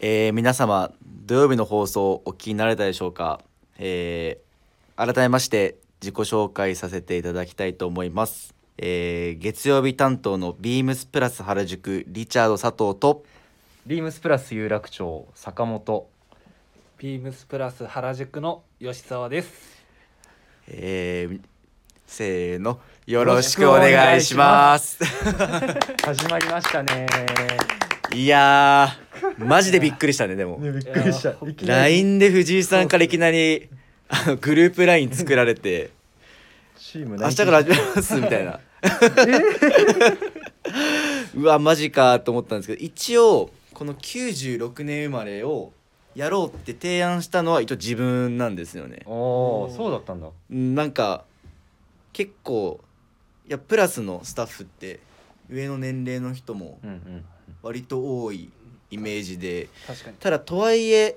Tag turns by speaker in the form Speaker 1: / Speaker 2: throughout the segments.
Speaker 1: えー皆様土曜日の放送お聞きになれたでしょうか、えー改めまして自己紹介させていただきたいと思います、えー月曜日担当のビームスプラス原宿リチャード佐藤と
Speaker 2: ビームスプラス有楽町坂本
Speaker 3: ビームスプラス原宿の吉澤です。
Speaker 1: えーせーのよろしくお願いします
Speaker 2: 始まりましたね
Speaker 1: いやーマジでびっくりしたねでも
Speaker 2: びっ
Speaker 3: くりしたい
Speaker 1: LINE で藤井さんからいきなりあのグループ LINE 作られて
Speaker 2: チーム
Speaker 1: 明日から始めますみたい なうわマジかと思ったんですけど一応この96年生まれをやろうって提案したのは一応自分なんですよね
Speaker 2: おおそうだったんだ
Speaker 1: うんなんか結構いやプラスのスタッフって上の年齢の人も
Speaker 2: うんうん
Speaker 1: 割と多いイメージで
Speaker 3: 確かに。
Speaker 1: ただとはいえ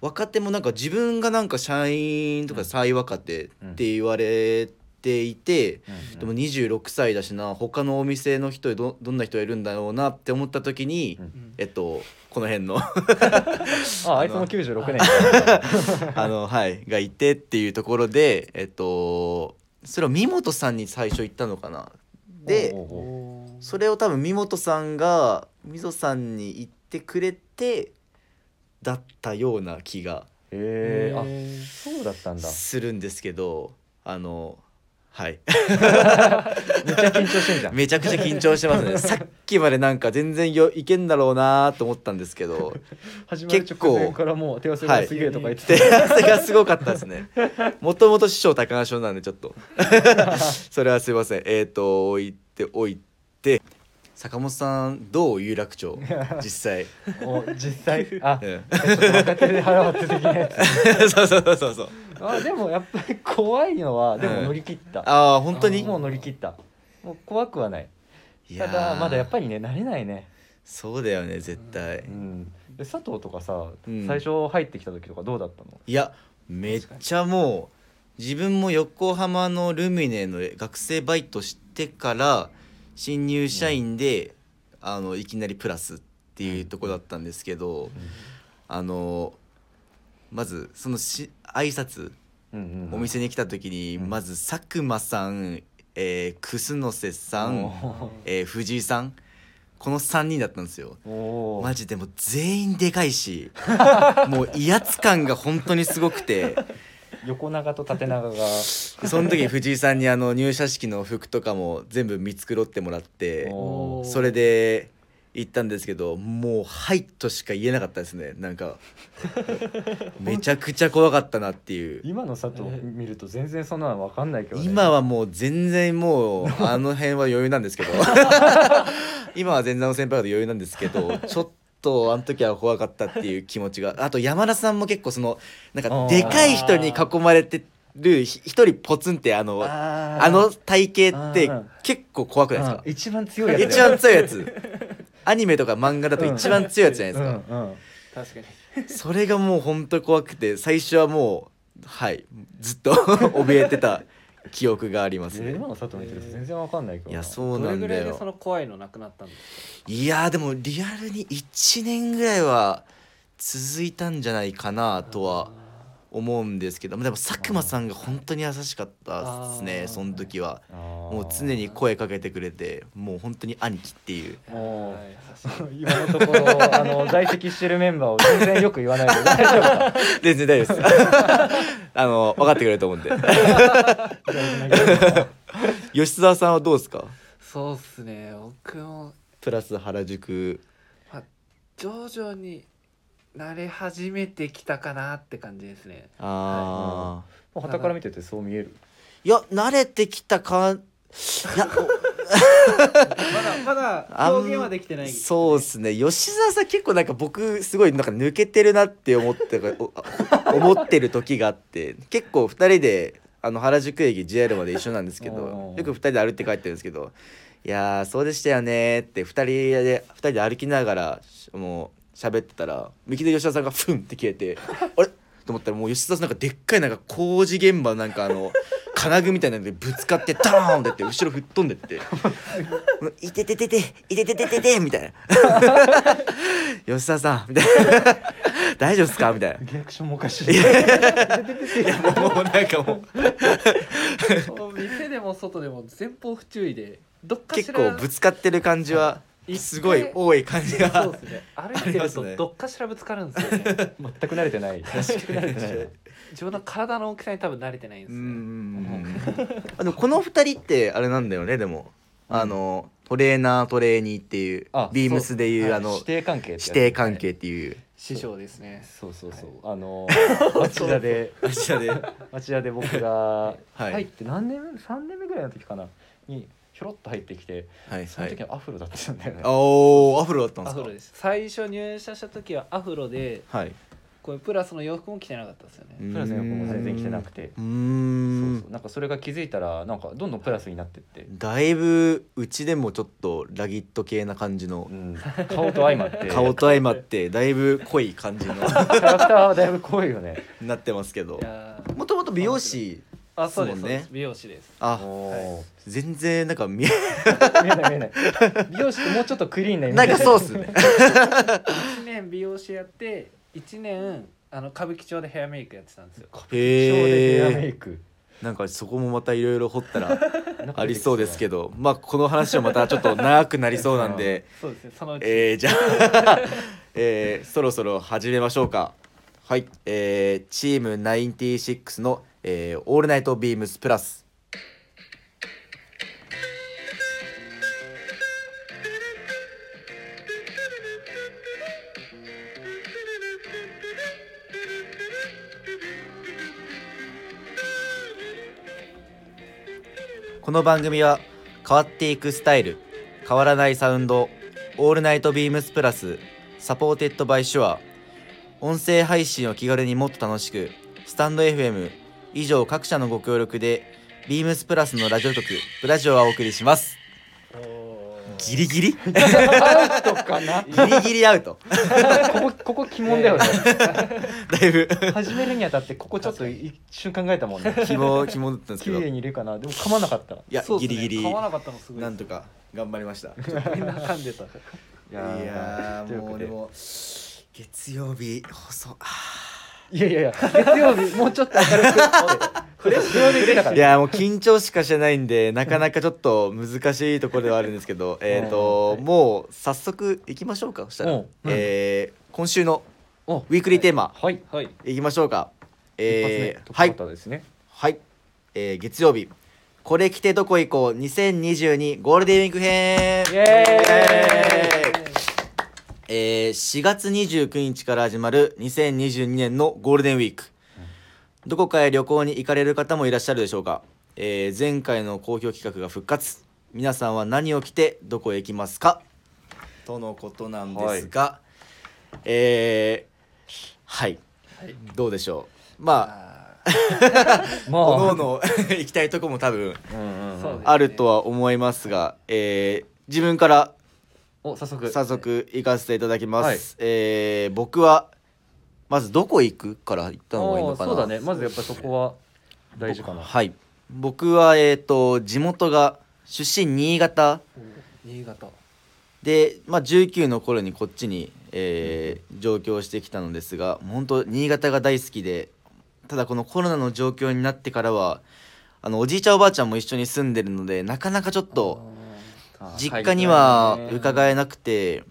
Speaker 1: 若手もなんか自分がなんか社員とか最若手って言われていて、
Speaker 2: うん
Speaker 1: でも26歳だしな他のお店の人どどんな人がいるんだろうなって思った時に、
Speaker 2: うん
Speaker 3: うん
Speaker 1: えっとこの辺の
Speaker 2: ああいつも96年
Speaker 1: あのはいがいてっていうところでえっとそれを三本さんに最初言ったのかな。
Speaker 2: お
Speaker 1: で
Speaker 2: うおうおう
Speaker 1: それを多分三本さんが溝さんに言ってくれてだったような気が
Speaker 2: へえ
Speaker 3: へ
Speaker 2: ー、
Speaker 3: ー
Speaker 2: あそうだったんだ
Speaker 1: するんですけどあのはい
Speaker 2: めっちゃ緊張してんじゃ ん
Speaker 1: めちゃくちゃ緊張してますねさっきまでなんか全然よいけんだろうなと思ったんですけど
Speaker 2: 始まる
Speaker 1: 結
Speaker 2: 直
Speaker 1: 構
Speaker 2: 前からもう手汗がすげえとか言って
Speaker 1: 手
Speaker 2: た、
Speaker 1: 汗がすごかったですねもともと師匠高橋なんでちょっと それはすいませんえっ、と置いておいて坂本さんどう有楽 町実際、
Speaker 2: お実際あ
Speaker 1: うん
Speaker 2: ちょっと若手で腹割って的なやつ
Speaker 1: そうそうそうそうそう
Speaker 2: あでもやっぱり怖いのはでも乗り切った、
Speaker 1: ああ本当に
Speaker 2: もう乗り切ったもう怖くはない
Speaker 1: いや
Speaker 2: た
Speaker 1: ー
Speaker 2: だまだやっぱりね慣れないね、
Speaker 1: そうだよね絶対、
Speaker 2: うん、で佐藤とかさ、
Speaker 1: うん
Speaker 2: 最初入ってきた時とかどうだったの
Speaker 1: いやめっちゃもう自分も横浜のルミネの学生バイトしてから新入社員で、あのいきなりプラスっていうとこだったんですけど、あのまずそのし挨拶
Speaker 2: うんうん
Speaker 1: お店に来た時に、
Speaker 2: うん
Speaker 1: まず佐久間さん、えー、楠瀬さ
Speaker 2: お
Speaker 1: ん、
Speaker 2: ー
Speaker 1: えー藤井さんこの3人だったんですよ。
Speaker 2: おー
Speaker 1: マジでもう全員でかいしもう威圧感が本当にすごくて。
Speaker 2: 横長と縦長が
Speaker 1: その時に藤井さんにあの入社式の服とかも全部見繕ってもらって
Speaker 2: おー
Speaker 1: それで行ったんですけどもう「はい」としか言えなかったですねなん かめちゃくちゃ怖かったなっていう
Speaker 2: 今の佐藤見ると全然そんなの分かんないけど、ね、
Speaker 1: 今はもう全然もうあの辺は余裕なんですけ ど今は前座の先輩方余裕なんですけどちょっとあの時は怖かったっていう気持ちがあと山田さんも結構そのなんかでかい人に囲まれてるひ一人ポツンってあの
Speaker 2: あー
Speaker 1: あの体型って
Speaker 2: うん
Speaker 1: 結構怖くない
Speaker 2: うん
Speaker 1: で
Speaker 2: 一番強いやつ
Speaker 1: すか一番強いやつアニメとか漫画だと一番強いやつじゃないですか、
Speaker 2: か、うんうん
Speaker 3: 確かに。
Speaker 1: それがもうほんと怖くて最初はもうはいずっと怯えてた記憶がありますね
Speaker 2: 今の佐藤見てると全然分かんないけど
Speaker 1: い
Speaker 2: な
Speaker 1: やそう
Speaker 3: ど
Speaker 1: な
Speaker 3: れ
Speaker 1: ん
Speaker 3: ぐ
Speaker 1: だ
Speaker 3: らいでそ
Speaker 1: よ
Speaker 3: の怖いのなくなったんで
Speaker 1: いやーでもリアルに1年ぐらいは続いたんじゃないかなとは思うんですけどでも佐久間さんが本当に優しかったですね
Speaker 3: あー
Speaker 1: その時は
Speaker 2: あー
Speaker 1: もう常に声かけてくれてもう本当に兄貴っていう
Speaker 3: すか。
Speaker 2: もう
Speaker 3: はい優しい
Speaker 2: 今のところあの在籍してるメンバーを全然よく言わないで大丈夫か
Speaker 1: 全然大丈夫です。あの分かってくれると思うんで。吉沢さんはどうですか？
Speaker 3: そうっすね。僕も
Speaker 1: プラス原宿。
Speaker 3: 徐々に慣れ始めてきたかなって感じですね。
Speaker 1: ああ、
Speaker 2: もう傍から見ててそう見える
Speaker 1: い、や慣れてきたか。いや
Speaker 3: まだま
Speaker 1: あ
Speaker 3: だ
Speaker 1: ん
Speaker 3: 表現はできてない。
Speaker 1: そうですね吉沢さん結構なんか僕すごいなんか抜けてるなって思ってお お思ってる時があって結構2人であの原宿駅 JR まで一緒なんですけど
Speaker 2: おー
Speaker 1: よく2人で歩いて帰ってるんですけど「いやーそうでしたよね」って2人で二人で歩きながらしもう喋ってたら右で吉田さんがフンって消えて「あれ?」と思ったらもう吉田さんなんかでっかいなんか工事現場のなんかあの金具みたいなのでぶつかってダーンってって後ろ吹っ飛んでって「いてててていててててて」みたいな 「吉田さん」みたいな 「大丈夫っすか?」みたいな。
Speaker 2: リアクションもおかしい。
Speaker 1: いや
Speaker 2: い
Speaker 1: いやもうもうなんかもう
Speaker 3: 店でも外でも前方不注意でどっかし
Speaker 1: 結
Speaker 3: ら
Speaker 1: 構ぶつかってる感じは
Speaker 3: 行って
Speaker 1: すごい多い感じが
Speaker 3: そうですね歩いて
Speaker 1: ありま
Speaker 3: る
Speaker 1: すね
Speaker 3: とどっかしらぶつかるんですよね
Speaker 2: 全く慣れてない。
Speaker 1: 確かに
Speaker 3: 自分の体の大きさに多分慣れてないんです
Speaker 1: う
Speaker 3: ね、
Speaker 1: んあでもこの二人ってあれなんだよねでもあのトレーナートレーニーっていう
Speaker 2: あ
Speaker 1: ビームスでいう
Speaker 2: はい
Speaker 1: あの
Speaker 2: 師弟関係ってやつ
Speaker 1: 師弟関係っていう
Speaker 3: 師匠ですね
Speaker 2: そうそうそう、あのー町田で
Speaker 1: 町田で
Speaker 2: 町田で僕が
Speaker 1: はい
Speaker 2: 入って何年目3年目ぐらいの時かなにひょろっと入ってきて
Speaker 1: はい
Speaker 2: そ
Speaker 1: は
Speaker 2: の時
Speaker 1: い
Speaker 2: はアフロだったんだよね、
Speaker 1: おーアフロだったんで
Speaker 3: ア
Speaker 1: す
Speaker 3: フ
Speaker 1: か
Speaker 3: ロです最初入社した時はアフロで
Speaker 1: はい
Speaker 3: これプラスの洋服も着てなかったですよね、
Speaker 2: プラスの横も全然来てなくて
Speaker 1: うー
Speaker 2: そうんそうなんかそれが気づいたらなんかどんどんプラスになってって、
Speaker 1: だいぶうちでもちょっとラギット系な感じの
Speaker 2: うん、顔と相まって
Speaker 1: 顔と相まってだいぶ濃い感じの
Speaker 2: キャラクターはだいぶ濃いよね
Speaker 1: なってますけど
Speaker 3: いやー
Speaker 1: もともと美容師
Speaker 3: あそうです
Speaker 1: そう
Speaker 3: そう
Speaker 1: ね
Speaker 3: です美容師です
Speaker 1: あ
Speaker 2: お
Speaker 1: 全然なんか見え
Speaker 2: ー見えない見えない美容師ってもうちょっとクリーンなイメ
Speaker 1: な
Speaker 2: ー
Speaker 1: ん
Speaker 2: ジ
Speaker 1: かそうっすね
Speaker 3: 1年美容師やって1年あの歌舞伎町でヘアメイクやってたんですよ
Speaker 2: ショーでヘアメ
Speaker 1: へ
Speaker 2: イ
Speaker 1: え
Speaker 2: ク
Speaker 1: なんかそこもまたいろいろ掘ったら
Speaker 2: なんか
Speaker 1: ありそうですけど
Speaker 2: ど
Speaker 1: まあこの話はまたちょっと長くなりそうなんで
Speaker 3: そうですねそのうち、
Speaker 1: えー、じゃあ、 えー、そろそろ始めましょうかはいえー、チーム96の、えー「オールナイトビームスプラス」この番組は変わっていくスタイル変わらないサウンド「オールナイトビームスプラス」サポーテッドバイシュア音声配信を気軽にもっと楽しくスタンド FM 以上各社のご協力でビームスプラスのラジオ局「ブラジオ」はお送りします
Speaker 3: おー
Speaker 1: ギリギリ
Speaker 2: アウトかな
Speaker 1: ギリギリアウト
Speaker 2: ここここ鬼門だよね
Speaker 1: だいぶ
Speaker 2: 始めるにあたってここちょっと一瞬考えたもんね
Speaker 1: 肝肝だったんですけ
Speaker 2: 綺
Speaker 1: ど
Speaker 2: 麗にいるかなでも噛まなかったい
Speaker 1: いや、
Speaker 3: そう
Speaker 1: ギ
Speaker 3: ですね
Speaker 1: リギリ
Speaker 3: 買わなかったのすごい
Speaker 1: なんとか頑張りました
Speaker 3: みんな噛んでた
Speaker 1: いや
Speaker 2: とい
Speaker 1: ー
Speaker 2: うわ
Speaker 1: もう
Speaker 2: け
Speaker 1: で
Speaker 2: で
Speaker 1: も月曜日放送
Speaker 2: いやいやいや月曜日もうちょっと明るく フレッシュで出たから
Speaker 1: いやーもう緊張しかしてないんでなかなかちょっと難しいところではあるんですけ どえっともう早速いきましょうかそしたら、
Speaker 2: うんうん
Speaker 1: えー今週の
Speaker 2: お
Speaker 1: ウィークリーテーマ、
Speaker 2: はい
Speaker 3: はい
Speaker 1: いきましょうかえー、
Speaker 2: 一
Speaker 1: は
Speaker 2: 発目
Speaker 1: い
Speaker 2: トップバッターですね
Speaker 1: はい、えー、月曜日これ着てどこ行こう2022ゴールデンウィーク編
Speaker 2: イエ
Speaker 1: イエーイえー4月29日から始まる2022年のゴールデンウィーク、どこかへ旅行に行かれる方もいらっしゃるでしょうか、えー前回の好評企画が復活皆さんは何を着てどこへ行きますかとのことなんですが、えーはい、どうでしょうまあ
Speaker 3: あ
Speaker 2: ま
Speaker 1: 各々
Speaker 2: あ
Speaker 1: 行きたいとこも多分
Speaker 2: うんうん
Speaker 3: そうです
Speaker 1: あるとは思いますが、えー自分から
Speaker 2: お早速
Speaker 1: 早速行かせていただきます、
Speaker 2: はい
Speaker 1: えー僕はまずどこ行くから行った方がいい
Speaker 2: お
Speaker 1: のかな
Speaker 2: そうだねまずやっぱそこは大事かな
Speaker 1: はい僕はえっ、と地元が出身新潟
Speaker 3: ー新潟
Speaker 1: で、まあ、19の頃にこっちに、えー上京してきたのですが本当新潟が大好きでただこのコロナの状況になってからはあのおじいちゃんおばあちゃんも一緒に住んでるのでなかなかちょっと実家には伺えなくて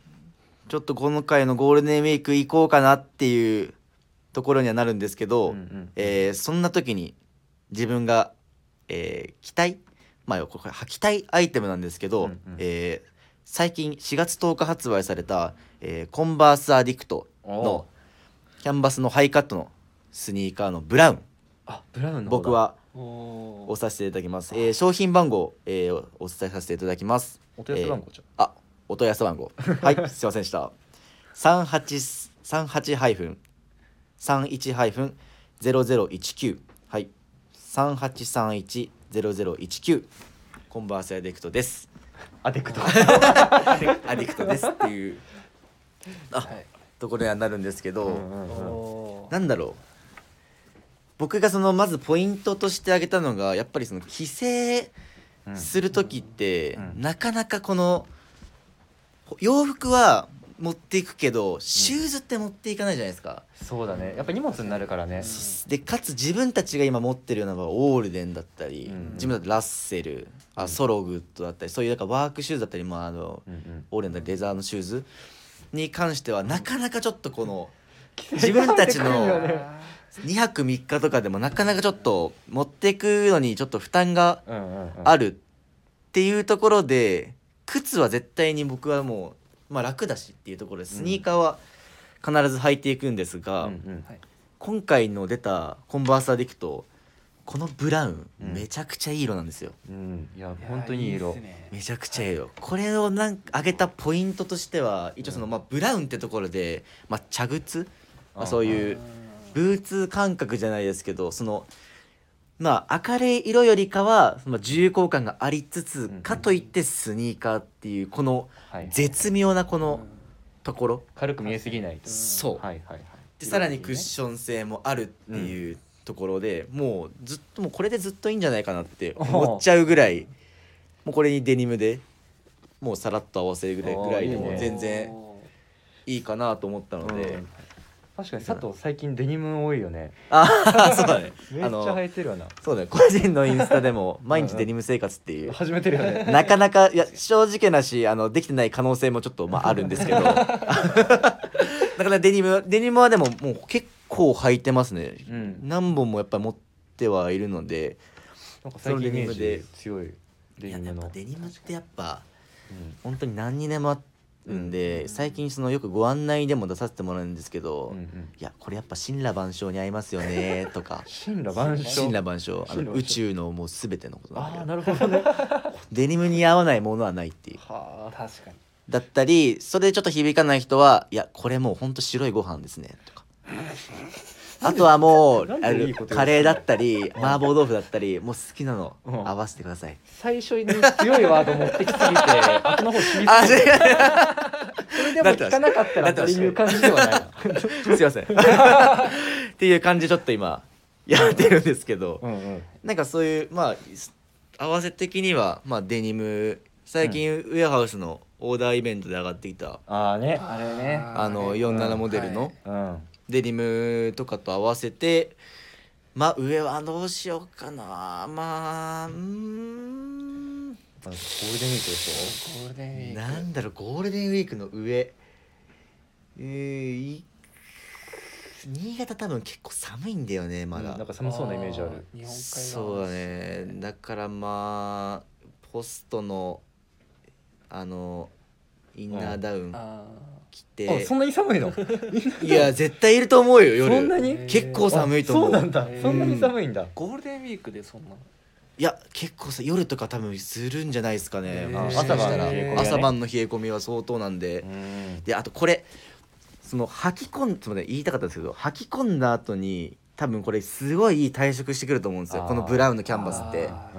Speaker 1: ちょっと今回のゴールデンウィーク行こうかなっていうところにはなるんですけど、
Speaker 2: うんうん
Speaker 1: えーそんな時に自分が、えー着たいまあこれ履きたいアイテムなんですけど、
Speaker 2: うんうん
Speaker 1: えー最近4月10日発売された、えーコンバースアディクト
Speaker 2: お
Speaker 1: のキャンバスのハイカットのスニーカーのブラウン
Speaker 2: あブラウンの方だ
Speaker 1: 僕は
Speaker 3: おお
Speaker 1: 押させていただきます、えー商品番号、えーお伝えさせていただきます
Speaker 2: お手寄せ番号じゃん
Speaker 1: あ、お問い合わせ番 号。はい、すいませんでした。三八三八ハイフン三一ハイフンゼロゼロ一九はい三八三一ゼロゼロ一九コンバースアディクトです。
Speaker 2: アデクト
Speaker 1: アディクトですって いうあ
Speaker 3: はい
Speaker 1: ところにはなるんですけど、
Speaker 2: うんうんうん
Speaker 3: おー
Speaker 1: なんだろう。僕がそのまずポイントとして挙げたのがやっぱりその帰省
Speaker 2: うん
Speaker 1: する時って、
Speaker 2: うん
Speaker 1: なかなかこの洋服は持っていくけどシューズって持っていかないじゃないですか。
Speaker 2: そうだねやっぱ荷物になるからね
Speaker 1: でかつ自分たちが今持ってるのはオールデンだったり、
Speaker 2: うん
Speaker 1: 自分だとラッセルあソログッドだったりそういうなんかワークシューズだったり、まあ、あの
Speaker 2: うんうん
Speaker 1: オーレンだったりレザーのシューズに関してはなかなかちょっとこの 自分たち
Speaker 2: よ
Speaker 1: の
Speaker 2: ね
Speaker 3: あ
Speaker 1: 2泊3日とかでもなかなかちょっと持ってくのにちょっと負担が
Speaker 2: うんうんうん
Speaker 1: あるっていうところで靴は絶対に僕はもう、まあ、楽だしっていうところでスニーカーは必ず履いていくんですが、
Speaker 2: うんうん
Speaker 1: 今回の出たコンバーサーでいくとこのブラウン
Speaker 2: うん
Speaker 1: めちゃくちゃいい色なんですよ。
Speaker 2: うんいや
Speaker 3: ー
Speaker 2: 本当にいい色
Speaker 3: やーっすね
Speaker 1: めちゃくちゃいい色これをなんか上げたポイントとしては一応その、
Speaker 2: うん
Speaker 1: まあ、ブラウンってところで、まあ、茶靴、まあ、
Speaker 2: ん
Speaker 1: そういうブーツ感覚じゃないですけどそのまあ明るい色よりかは、まあ、重厚感がありつつ、
Speaker 2: ん
Speaker 1: かといってスニーカーっていうこの
Speaker 2: はい
Speaker 1: 絶妙なこ
Speaker 3: う
Speaker 1: の
Speaker 3: ん
Speaker 1: ところ、
Speaker 2: 軽く見えすぎないと
Speaker 3: ん
Speaker 1: そう、
Speaker 2: はいはいはい
Speaker 1: でさらにクッション性もあるっていうところで、もうずっともうこれでずっといいんじゃないかなって思っちゃうぐらいもうこれにデニムでもうさらっと合わせるぐらい
Speaker 2: おー
Speaker 1: ぐらいで
Speaker 2: いい
Speaker 1: も
Speaker 2: ね
Speaker 1: 全然
Speaker 3: おー
Speaker 1: いいかなと思ったので、
Speaker 2: うん確かに佐藤最近デニム多いよね
Speaker 1: ああそうだ ね
Speaker 2: めっち
Speaker 1: あ
Speaker 2: ゃ
Speaker 1: の
Speaker 2: 生えてるよな
Speaker 1: そうだね個人のインスタでも「毎日デニム生活」っていう
Speaker 2: 始めてるよ ね
Speaker 1: なかなかいや正直なしあのできてない可能性もちょっとまああるんですけ どだからデニムデニムはでももう結構履いてますね、
Speaker 2: うん
Speaker 1: 何本もやっぱり持ってはいるので
Speaker 2: なんか最近イメージ強い
Speaker 1: い
Speaker 2: デ
Speaker 1: や
Speaker 2: ニ
Speaker 1: で
Speaker 2: ムの
Speaker 1: もデニムってやっぱ
Speaker 2: うん
Speaker 1: 本当に何にでもあるんで、
Speaker 3: うん
Speaker 1: 最近そのよくご案内でも出させてもらうんですけど、
Speaker 2: うんう
Speaker 1: い
Speaker 2: ん
Speaker 1: やこれやっぱ神羅万象に合いますよねと か
Speaker 2: 神羅万象
Speaker 1: 神羅万象あ
Speaker 2: 神羅
Speaker 1: の
Speaker 2: 万象
Speaker 1: 宇宙のもう全てのことなんだ
Speaker 2: ああ
Speaker 1: けど
Speaker 2: なるほどね
Speaker 1: デニムに合わないものはないっていう
Speaker 2: はあ
Speaker 3: 確かに
Speaker 1: だったりそれでちょっと響かない人はいやこれもうほんと白いご飯ですねとかあとはもう
Speaker 2: なんで
Speaker 1: あ
Speaker 2: い
Speaker 1: れ
Speaker 2: いこと言うの
Speaker 1: カレーだったり麻婆豆腐だったりもう好きなの
Speaker 2: うん
Speaker 1: 合わせてください
Speaker 2: 最初に強いワード持 ってきすぎて後の方染み
Speaker 1: あ
Speaker 2: ついて
Speaker 1: 違
Speaker 2: それでも聞かなかった
Speaker 1: なって
Speaker 2: らっ
Speaker 1: ま
Speaker 2: て
Speaker 1: した
Speaker 2: いう感じではないな
Speaker 1: うすいませんっていう感じでちょっと 今やってるんですけど
Speaker 2: うんうん
Speaker 1: なんかそういうまあ合わせ的にはまあデニム最近ウェアハウスのオーダーイベントで上がってきた
Speaker 2: ああね
Speaker 3: あれね
Speaker 1: あの47モデルの
Speaker 2: うん
Speaker 1: デニムとかと合わせてまあ上はどうしようかなまあうーん
Speaker 2: ゴールデンウィークでし
Speaker 3: ゴールデンウィーク
Speaker 1: なんだろうゴールデンウィークの上えー、い新潟多分結構寒いんだよね
Speaker 2: ょ、
Speaker 1: まだ、
Speaker 2: うんなんか寒そうなイメージあ
Speaker 3: ー
Speaker 2: る
Speaker 3: 日本海側
Speaker 1: そうだねだからまあポストのあのインナーダウン
Speaker 3: あ
Speaker 1: 着て、
Speaker 2: んなに寒いの
Speaker 1: いや絶対いると思うよ
Speaker 2: そんな
Speaker 1: 夜
Speaker 2: に
Speaker 3: に
Speaker 1: 結構寒いと思
Speaker 2: あそうなんだ
Speaker 3: へー
Speaker 2: そんなに寒いんだ
Speaker 3: ーゴールデンウィークでそんない
Speaker 1: や結構さ夜とか多分するんじゃないですかね
Speaker 3: へー
Speaker 1: もしかしたら
Speaker 2: 朝
Speaker 1: 朝
Speaker 2: 晩の冷え込みがね
Speaker 1: 晩の冷え込みは相当なんで、
Speaker 2: うん
Speaker 1: であとこれその吐き込んちょっとね言いたかったんですけど吐き込んだ後に多分これすごいいい退色してくると思うんですよ
Speaker 2: あー
Speaker 1: このブラウンのキャンバスって
Speaker 3: あ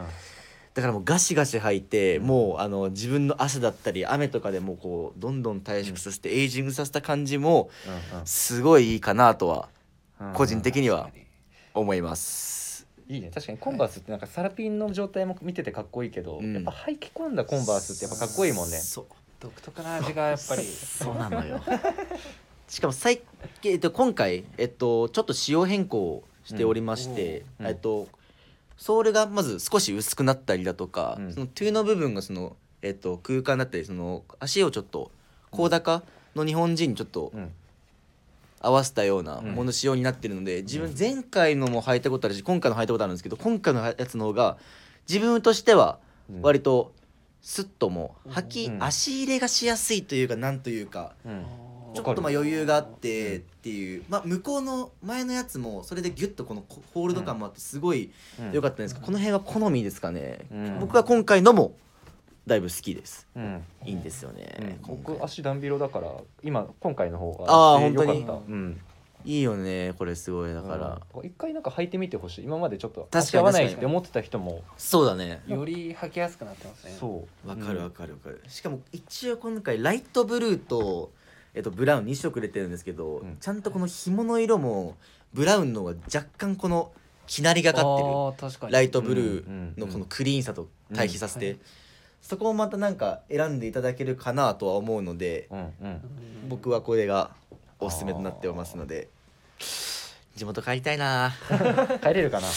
Speaker 1: だからもうガシガシ吐いて、もうあの自分の汗だったり雨とかでもこうどんどん退縮させて、エイジングさせた感じもすごいいいかなとは
Speaker 2: うんうん
Speaker 1: 個人的には
Speaker 3: 確かに
Speaker 1: 思います、
Speaker 2: いいね確かにコンバースってなんかサラピンの状態も見ててかっこいいけど、
Speaker 1: うん
Speaker 2: やっぱ履き込んだコンバースってやっぱかっこいいもんね
Speaker 1: そう
Speaker 3: 独特な味がやっぱり
Speaker 1: そうなのよしかも最えっと今回、えっと、ちょっと仕様変更をしておりまして、
Speaker 2: うん
Speaker 1: えっと、ソールがまず少し薄くなったりだとか、
Speaker 2: うん
Speaker 1: そのトゥーの部分がその、えっと、空間だったりその足をちょっと高高の日本人にちょっと
Speaker 2: うん
Speaker 1: 合わせたような
Speaker 2: うん
Speaker 1: もの仕様になってるので、自分前回のも履いたことあるし今回の履いたことあるんですけど今回のやつの方が自分としては
Speaker 2: うん
Speaker 1: 割とスッともう履き、
Speaker 2: うん
Speaker 1: 足入れがしやすいというかなんというか。
Speaker 2: うん
Speaker 1: ちょっとまあ
Speaker 2: わかる
Speaker 1: 余裕があっ
Speaker 2: う
Speaker 1: てっ
Speaker 2: ん
Speaker 1: ていう、まあ、向こうの前のやつもそれでギュッとこのこホールド感もあってすごい
Speaker 2: うん
Speaker 1: 良かったんですけど、この辺は好みですかね、
Speaker 2: うん
Speaker 1: 僕は今回のもだいぶ好きです
Speaker 2: うん
Speaker 1: いいんですよね、今回
Speaker 2: 僕足ダンビロだから今今回の方が
Speaker 1: あー
Speaker 2: え
Speaker 1: 本
Speaker 2: ー
Speaker 1: 当に
Speaker 2: 良かったうん
Speaker 1: いいよねこれすごいだ
Speaker 2: だ
Speaker 1: から、
Speaker 2: 一回なんか履いてみてほしい今までちょっと
Speaker 1: 確
Speaker 2: 足
Speaker 1: かに
Speaker 2: 合わない
Speaker 1: 確
Speaker 2: っ
Speaker 1: かに
Speaker 2: て思ってた人も
Speaker 1: そうだね
Speaker 3: より履きやすくなってますね
Speaker 2: そう
Speaker 1: わかるわかるわかる、しかも一応今回ライトブルーと、えっと、ブラウン2色入れてるんですけど、
Speaker 2: うん
Speaker 1: ちゃんとこの紐の色もブラウンの方が若干このきなりがかってる
Speaker 3: あー確かに
Speaker 1: ライトブル
Speaker 2: うん
Speaker 1: ーのこのクリーンさと対比させて、
Speaker 3: うんはい
Speaker 1: そこをまたなんか選んでいただけるかなとは思うので
Speaker 2: うんうん
Speaker 3: うん
Speaker 1: 僕はこれがおすすめとなっておりますので地元帰りたいな
Speaker 2: 帰れるかな。
Speaker 1: い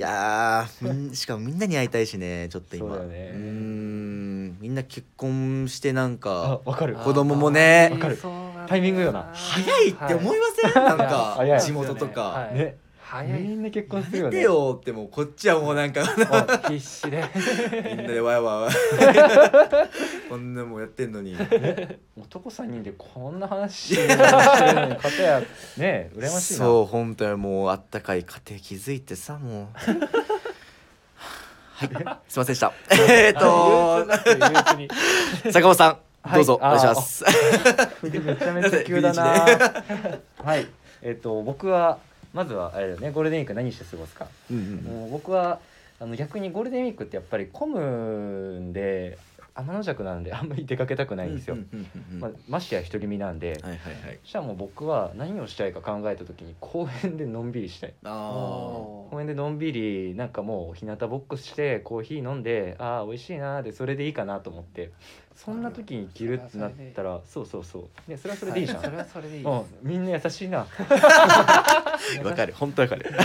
Speaker 1: やーみんしかもみんなに会いたいしねちょっと今
Speaker 2: そうだよね
Speaker 1: ーんみんな結婚してなん
Speaker 2: あ
Speaker 1: か、
Speaker 2: わかる。
Speaker 1: 子供もね
Speaker 3: あー
Speaker 2: わかる
Speaker 3: そうなんだ
Speaker 2: タイミングよな
Speaker 1: 早いって思いません、なんか
Speaker 2: いや早い
Speaker 1: 地元とか。
Speaker 3: はい
Speaker 2: ね。
Speaker 3: 早
Speaker 2: み
Speaker 3: い
Speaker 2: んな結婚する
Speaker 1: や
Speaker 2: よ
Speaker 1: めて
Speaker 2: ね。
Speaker 1: よってもうこっちはもうなんか
Speaker 3: 必死 で
Speaker 1: みんなでわいわいわい こんなもんやってんのに
Speaker 2: 男三人でこんな話してるのに、かたやね羨ましいな。
Speaker 1: そう本当にもうあったかい家庭築いてさもう はいすいませんでした えっと
Speaker 2: 憂鬱に
Speaker 1: 坂本さん
Speaker 2: はい
Speaker 1: どうぞお願いします
Speaker 2: 憂鬱にめちゃめちゃ急だな。 はい。えっと僕はまずはあれだよね。ゴールデンウィーク何して過ごすか。
Speaker 1: うんうん
Speaker 2: もう僕はあの逆にゴールデンウィークってやっぱり混むんで天の弱なんであんまり出かけたくないんですよ、
Speaker 1: うんうんうんうん
Speaker 2: まあ、ましてや独り身なんで、
Speaker 1: はいはいはい
Speaker 2: そしたらもう僕は何をしたいか考えた時に公園でのんびりしたい
Speaker 1: あ
Speaker 2: 公園でのんびりなんかもう日向ぼっこしてコーヒー飲んでああ美味しいなーでそれでいいかなと思ってそんな時に着るってなったらそうそうそうねそれはそれでいいじゃん、
Speaker 3: はそれはそれでいい
Speaker 2: うん、みんな優しいな
Speaker 1: あわかる本当わかる
Speaker 2: 優し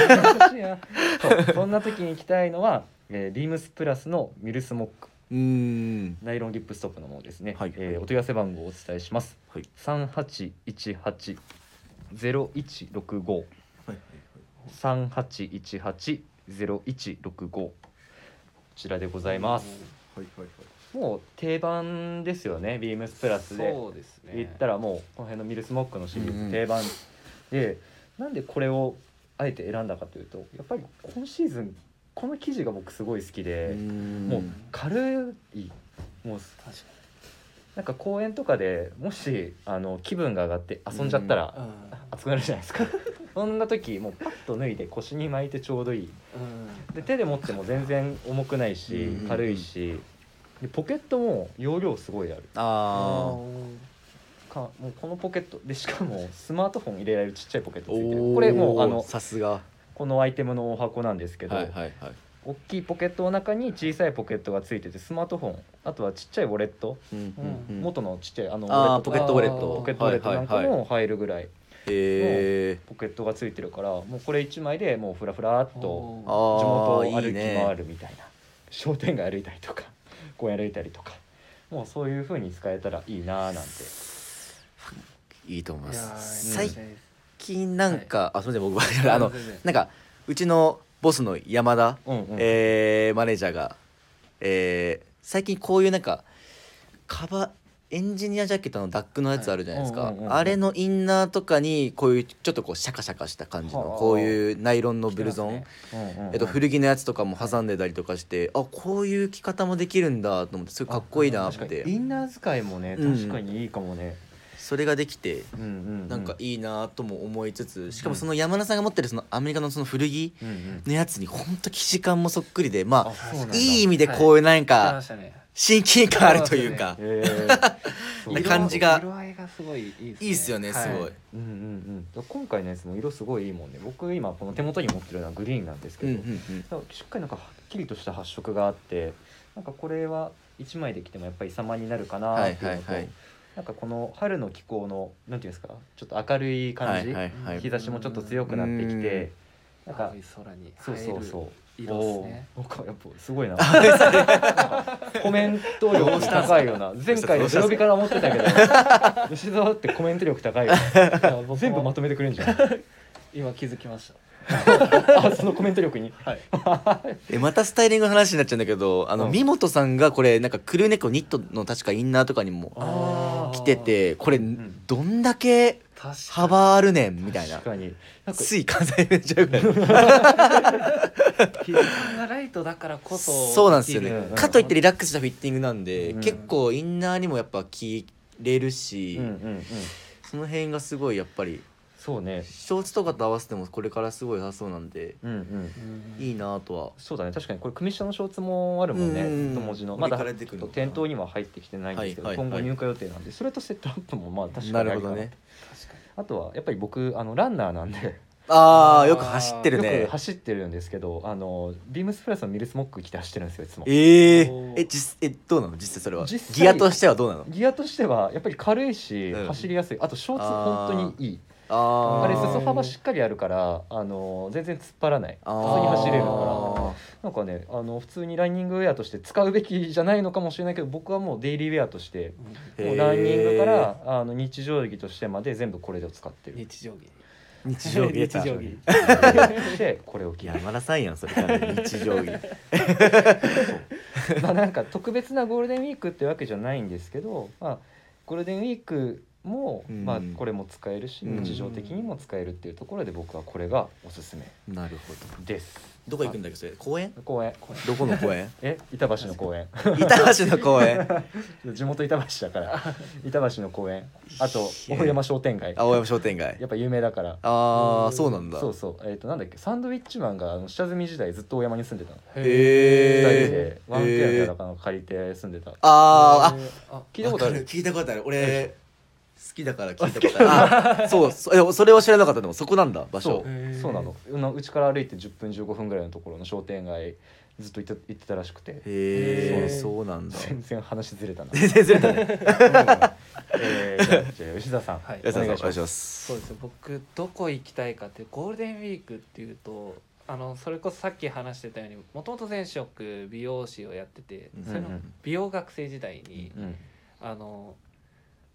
Speaker 2: いなそうそんな時に着たいのは、えーリームスプラスのミルスモック
Speaker 1: うーん
Speaker 2: ナイロンギップストップのものですね。
Speaker 1: はい
Speaker 2: えーお問い合わせ番号をお伝えします。
Speaker 1: はい
Speaker 2: 三八一八ゼロ一六五
Speaker 1: はい
Speaker 2: 三八一八ゼロ一六五こちらでございます。
Speaker 1: はいはい
Speaker 2: もう定番ですよね。ビームスプラスで
Speaker 3: そうですね
Speaker 2: 言ったらもうこの辺のミルスモックのシリー
Speaker 1: うん
Speaker 2: ズ定番で、なんでこれをあえて選んだかというと、やっぱり今シーズンこの生地が僕すごい好きで、もう軽いもう
Speaker 3: 確か
Speaker 2: なんか公園とかでもしあの気分が上がって遊んじゃったら
Speaker 3: に
Speaker 2: 熱くなるじゃないですか、 そんな時もうパッと脱いで腰に巻いてちょうどいい
Speaker 3: うんうん
Speaker 2: で手で持っても全然重くないし
Speaker 1: うん
Speaker 2: 軽いしでポケットも容量すごいある
Speaker 1: あ
Speaker 2: かもうこのポケットでしかもスマートフォン入れられるちっちゃいポケッ
Speaker 1: ー
Speaker 2: トついて
Speaker 1: お
Speaker 2: る
Speaker 1: ー
Speaker 2: これもうあの
Speaker 1: さすが
Speaker 2: このアイテムのお箱なんですけど、
Speaker 1: はいはいはい
Speaker 2: 大きいポケットの中に小さいポケットがついててスマートフォンあとはちっちゃいウォレット
Speaker 1: うんうんうん
Speaker 2: 元のちっちゃいあの
Speaker 1: あー
Speaker 2: ウォ
Speaker 1: ポケ
Speaker 2: レット
Speaker 1: ットウォレット
Speaker 2: ポケットウォレットなんか
Speaker 1: はいはいは
Speaker 2: も入るぐらい
Speaker 1: え
Speaker 2: ポケットがついてるからもうこれ1枚でもうフラフラっ
Speaker 1: ー、
Speaker 2: と
Speaker 3: あ
Speaker 2: 地元を
Speaker 1: あー
Speaker 2: 歩
Speaker 1: い
Speaker 2: き
Speaker 1: いね
Speaker 2: 回るみたいな商店街歩いたりとか 公園歩いたりとかもうそういう風に使えたらいいなーなんて
Speaker 1: いいと思いま
Speaker 3: ーいやー
Speaker 1: す
Speaker 2: や
Speaker 1: 最近なんか、あすみません僕
Speaker 3: いい
Speaker 1: あの
Speaker 3: 全然
Speaker 1: なんかうちのボスの山田、
Speaker 2: うんうん
Speaker 1: えーマネージャーが、えー最近こういうなんかカバーエンジニアジャケットのダックのやつあるじゃないですか、
Speaker 2: はいうんうんうんうん
Speaker 1: あれのインナーとかにこういうちょっとこうシャカシャカした感じの
Speaker 2: はあ
Speaker 1: こういうナイロンのブルゾン、
Speaker 3: 着てます
Speaker 2: うんうんうん
Speaker 1: えっと、古着のやつとかも挟んでたりとかしてあこういう着方もできるんだと思ってすごいかっこいいなっ
Speaker 2: 確かに
Speaker 1: て
Speaker 2: インナー使いもね
Speaker 1: うん
Speaker 2: 確かにいいかもね
Speaker 1: それができて
Speaker 2: うんうん
Speaker 1: なんか
Speaker 2: い
Speaker 1: いいなとも思いつつしかもその山田さんが持ってるそのアメリカのその古着
Speaker 2: うんうん
Speaker 1: のやつにほんと生地感もそっくりでま
Speaker 2: そうなん
Speaker 1: あ
Speaker 2: だ
Speaker 1: いい意味でこういうなん
Speaker 3: 来ま
Speaker 1: か
Speaker 3: したね
Speaker 1: 親近感あるというか
Speaker 2: え ーそう
Speaker 1: な感じが
Speaker 3: 色合いがすごいいいですね
Speaker 1: いいっすよねすご
Speaker 3: はい
Speaker 2: うんうんうん、今回のやつも色すごいいいもんね僕今この手元に持ってるのはグリーンなんですけ
Speaker 1: うん
Speaker 2: ど、
Speaker 1: うん
Speaker 2: なんか
Speaker 1: うん
Speaker 2: しっかりなんかはっきりとした発色があってなんかこれは1枚で着てもやっぱり様になるかな
Speaker 1: は
Speaker 2: ー
Speaker 1: い
Speaker 2: っていう
Speaker 1: は
Speaker 2: の
Speaker 1: い
Speaker 2: と、
Speaker 1: はい
Speaker 2: なんかこの春の気候のなんていうんですかちょっと明るい感じ、
Speaker 1: はいはいはい
Speaker 2: 日差しもちょっと強くなってきて、なんか
Speaker 3: 青い空に
Speaker 2: そうそうそう
Speaker 3: 映える色っすね
Speaker 2: おーなんかやっぱすごいななん かコメント力高いよな前回のゼロビから思ってたけど 吉沢ってコメント力高いよな全部まとめてくれん じゃん
Speaker 3: 今気づきまし
Speaker 2: あそのコメント力に
Speaker 3: たはい
Speaker 1: えまたスタイリングの話になっちゃうんだけどあの
Speaker 2: うん
Speaker 1: 三本さんがこれなんかクルーネックのニットの確かインナーとかにも
Speaker 3: あー
Speaker 1: 着ててこれ
Speaker 2: ん
Speaker 1: どんだけ
Speaker 3: 確かに
Speaker 1: 幅あるねんみたいな
Speaker 2: 確かになんか
Speaker 1: つい関西弁ちゃうから
Speaker 3: 日差がライトだからこそ
Speaker 1: そうなんですよ
Speaker 2: いい
Speaker 1: ね
Speaker 2: ね
Speaker 1: かといってリラックスしたフィッティングなんで、
Speaker 2: うん
Speaker 1: 結構インナーにもやっぱ着れるし、
Speaker 2: うんうんうん
Speaker 1: その辺がすごいやっぱり
Speaker 2: そうね
Speaker 1: ショーツとかと合わせてもこれからすごい良さそうなんで
Speaker 2: うんうん
Speaker 1: いいなとは
Speaker 2: そうだね確かにこれ組下のショーツもあるもんね
Speaker 1: うん
Speaker 2: 太文字の
Speaker 1: こ
Speaker 2: ま
Speaker 1: れか
Speaker 2: だ
Speaker 1: ら
Speaker 2: ちょ
Speaker 1: 出てくる
Speaker 2: っと
Speaker 1: のかな
Speaker 2: 店頭には入ってきてないんですけど、
Speaker 1: はいはいはい
Speaker 2: 今後入荷予定なんでそれとセットアップもまあ確かに
Speaker 1: な
Speaker 2: あり
Speaker 1: る
Speaker 2: か
Speaker 1: ほ
Speaker 2: な
Speaker 1: どね
Speaker 3: 確か
Speaker 2: あとはやっぱり僕あのランナーなんで
Speaker 1: ああよく走ってるね
Speaker 2: よく走ってるんですけどあのビームスプラスのミルスモック着て走ってるんですよいつも
Speaker 1: ええ
Speaker 3: おー
Speaker 1: え実えどうなの実際それは
Speaker 2: 実際
Speaker 1: ギアとしてはどうなの
Speaker 2: ギアとしてはやっぱり軽いし、
Speaker 1: うん
Speaker 2: 走りやすいあとショーツ
Speaker 1: あー
Speaker 2: 本当にいい
Speaker 1: あ
Speaker 2: あ
Speaker 1: ー
Speaker 2: れ裾幅しっかりあるからあの全然突っ張らない普
Speaker 1: あー
Speaker 2: 通に走れるからなんかねあの普通にランニングウェアとして使うべきじゃないのかもしれないけど僕はもうデイリーウェアとしても
Speaker 1: へ
Speaker 2: う
Speaker 1: ー
Speaker 2: ランニングからあの日常着としてまで全部これを使ってる
Speaker 3: 日常着
Speaker 1: 日常着出た
Speaker 3: 日常着
Speaker 2: でこれを着る
Speaker 1: 山田さんやんそれから日常 着
Speaker 2: まあなんか特別なゴールデンウィークってわけじゃないんですけど、まあ、ゴールデンウィークも、
Speaker 1: うん
Speaker 2: まあ、これも使えるし
Speaker 1: うん
Speaker 2: 日常的にも使えるっていうところで僕はこれがおすすめ
Speaker 1: なるほど
Speaker 2: です。
Speaker 1: どこ行くんだっけそれ公園
Speaker 2: あ公園
Speaker 1: どこの公園
Speaker 2: え板橋の公園
Speaker 1: 板橋の公園
Speaker 2: 地元板橋だから 板橋の公園あと
Speaker 1: いや
Speaker 2: 大山商店街
Speaker 1: 青山商店街
Speaker 2: やっぱ有名だから
Speaker 1: あ
Speaker 3: う
Speaker 1: あ
Speaker 3: ん
Speaker 1: そうなんだ
Speaker 2: そうそうえっ、となんだっけサンドウィッチマンがあの下積み時代ずっと大山に住んでたの二人
Speaker 1: え
Speaker 2: で
Speaker 1: ー、
Speaker 2: ワンケアみたい
Speaker 1: え
Speaker 2: な
Speaker 1: ー
Speaker 2: の借りて住んでた
Speaker 1: あーあ
Speaker 3: あ
Speaker 2: 聞いたことあ
Speaker 1: わ
Speaker 2: る
Speaker 1: か聞いたことある俺好きだから聞いたことあるあそうそうえそれを知らなかったでもそこなんだ場
Speaker 2: そ
Speaker 1: 所
Speaker 2: う
Speaker 3: へー
Speaker 2: そうなのうんうちから歩いて10分15分ぐらいのところの商店街ずっと行って行ってたらしくて
Speaker 1: へえ
Speaker 3: へー
Speaker 1: そうなんだ
Speaker 2: 全然話ずれ たな、
Speaker 1: 全然ずれたね
Speaker 2: えーじゃあじゃあ吉田さん、
Speaker 3: はい
Speaker 1: 皆さんお
Speaker 2: お
Speaker 1: 願
Speaker 2: 願いしま
Speaker 1: い
Speaker 2: す
Speaker 1: します
Speaker 3: そうですね僕どこ行きたいかってゴールデンウィークっていうとあのそれこそさっき話してたようにもともと前職美容師をやってて
Speaker 1: うん
Speaker 3: それの美容学生時代に、
Speaker 2: うん
Speaker 3: あの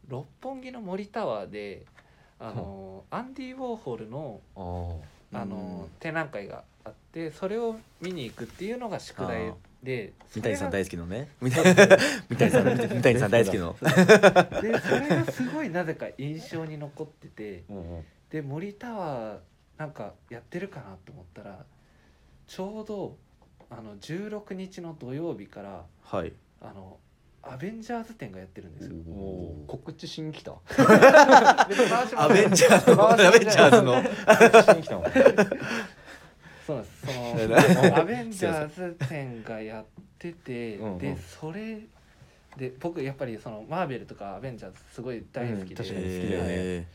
Speaker 3: 六本木の森タワーであの、アンディ・ウォーホルの
Speaker 2: あー
Speaker 3: あの、展覧会があってそれを見に行くっていうのが宿題で
Speaker 1: 三谷さん
Speaker 3: それ
Speaker 1: 大好きのね三
Speaker 3: が
Speaker 1: 谷 三谷さん三谷さん大好きの
Speaker 3: でそれがすごいなぜか印象に残ってて
Speaker 2: うんうん
Speaker 3: で森タワーなんかやってるかなと思ったらちょうどあの16日の土曜日から
Speaker 1: はい
Speaker 3: あのアベンジャーズ展がやってるんですよ。
Speaker 2: もう告知しに 来た
Speaker 1: アベンジャーズのアベンジャーズの
Speaker 2: 告知しに来たの
Speaker 3: そうなんです。そ
Speaker 1: うん
Speaker 3: のアベンジャーズ展がやってて、
Speaker 2: うんうん
Speaker 3: でそれで僕やっぱりそのマーベルとかアベンジャーズすごい大好き
Speaker 2: うん確かに
Speaker 3: で、
Speaker 2: 好きだよね
Speaker 1: え